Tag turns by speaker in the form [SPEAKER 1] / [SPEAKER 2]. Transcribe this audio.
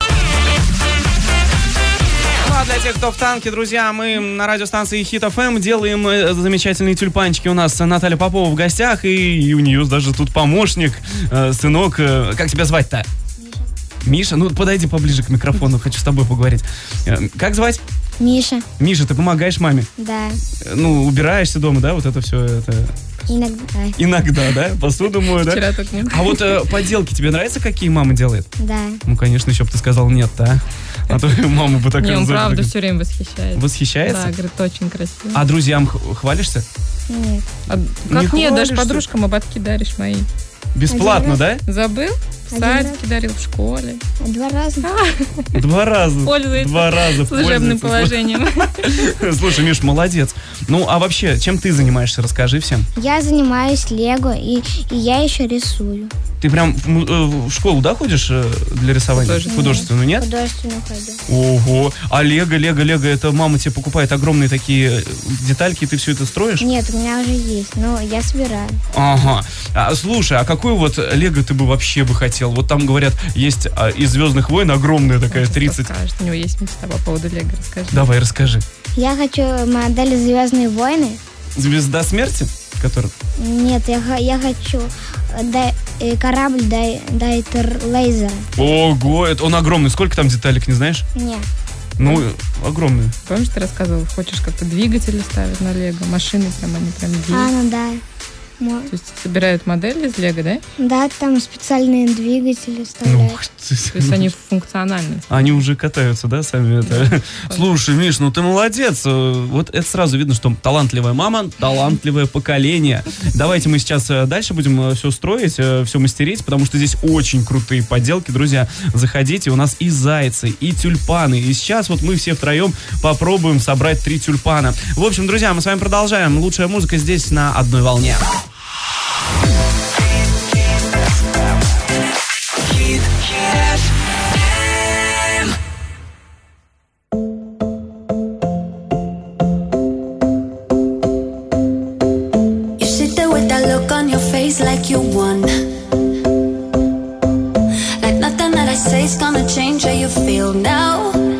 [SPEAKER 1] Ну, а Для тех, кто в танке, друзья, мы на радиостанции Хит ФМ делаем э, замечательные тюльпанчики. У нас Наталья Попова в гостях, и у нее даже тут помощник, э, сынок. э, Как тебя звать-то? Миша, ну подойди поближе к микрофону, хочу с тобой поговорить. Э, Как звать?
[SPEAKER 2] Миша,
[SPEAKER 1] Миша, ты помогаешь маме.
[SPEAKER 2] да,
[SPEAKER 1] Э, Ну, убираешься дома, да, вот это все это.
[SPEAKER 2] иногда, э,
[SPEAKER 1] Иногда, да? Посуду мою, да?
[SPEAKER 3] Вчера так не
[SPEAKER 1] А вот э, поделки тебе нравятся, какие мама делает?
[SPEAKER 2] да.
[SPEAKER 1] Ну, конечно, еще бы ты сказал нет, да? А то мама бы так
[SPEAKER 3] Не, он
[SPEAKER 1] разорвала.
[SPEAKER 3] правда все время восхищается.
[SPEAKER 1] Восхищается?
[SPEAKER 3] Да, говорит, очень красиво.
[SPEAKER 1] А друзьям х- хвалишься?
[SPEAKER 2] Нет,
[SPEAKER 3] А как
[SPEAKER 1] не
[SPEAKER 3] нет,
[SPEAKER 1] хвалишься?
[SPEAKER 3] даже подружкам ободки даришь мои.
[SPEAKER 1] Бесплатно,
[SPEAKER 2] Один
[SPEAKER 1] да?
[SPEAKER 3] Забыл? В
[SPEAKER 2] Один
[SPEAKER 3] садике дарил, в школе.
[SPEAKER 2] два раза.
[SPEAKER 1] Два раза.
[SPEAKER 3] Пользуется
[SPEAKER 1] Два раза.
[SPEAKER 3] Служебным
[SPEAKER 1] пользуется.
[SPEAKER 3] положением.
[SPEAKER 1] Слушай, Миш, молодец. Ну, а вообще, чем ты занимаешься, расскажи всем.
[SPEAKER 2] Я занимаюсь лего и, и я еще рисую.
[SPEAKER 1] Ты прям в, му- э, в школу, да, ходишь э, для рисования?
[SPEAKER 3] Художественную.
[SPEAKER 1] Художественную, нет?
[SPEAKER 2] Художественную ходу.
[SPEAKER 1] Ого. А лего, лего, лего, это мама тебе покупает огромные такие э, детальки, и ты все это строишь?
[SPEAKER 2] Нет, у меня уже есть, но я собираю.
[SPEAKER 1] Ага. А, слушай, а какую вот лего ты бы вообще бы хотел? Вот там, говорят, есть а, из «Звездных войн» огромная такая, 30...
[SPEAKER 3] Расскажет. У него есть мечта по поводу Лего, расскажи.
[SPEAKER 1] Давай, расскажи.
[SPEAKER 2] Я хочу модель Звездные войны.
[SPEAKER 1] Звезда смерти, который...
[SPEAKER 2] Нет, я, ха- я хочу э, дай- э, корабль дай, дайтер лейзера.
[SPEAKER 1] Ого, это он огромный. Сколько там деталек, не знаешь?
[SPEAKER 2] Нет,
[SPEAKER 1] Ну, огромный.
[SPEAKER 3] Помнишь, ты рассказывал, хочешь как-то двигатели ставить на Лего, машины прям, они прям есть.
[SPEAKER 2] а, ну да. Мо-
[SPEAKER 3] То есть собирают модель из Лего, да?
[SPEAKER 2] Да, там специальные двигатели
[SPEAKER 1] Ну,
[SPEAKER 2] вставляют.
[SPEAKER 3] То есть они
[SPEAKER 1] они...
[SPEAKER 3] функциональны.
[SPEAKER 1] Они уже катаются, да, сами это. Слушай, Миш, ну ты молодец. Э, Вот это сразу видно, что талантливая мама, талантливое поколение. Давайте мы сейчас э, дальше будем все строить, все мастерить, потому что здесь очень крутые поделки, друзья. Заходите, у нас и зайцы, и тюльпаны. И сейчас вот мы все втроем попробуем собрать три тюльпана. В общем, друзья, мы с вами продолжаем. Лучшая музыка здесь на одной волне.
[SPEAKER 4] You sit there with that look on your face like you won. Like nothing that I say's gonna change how you feel now.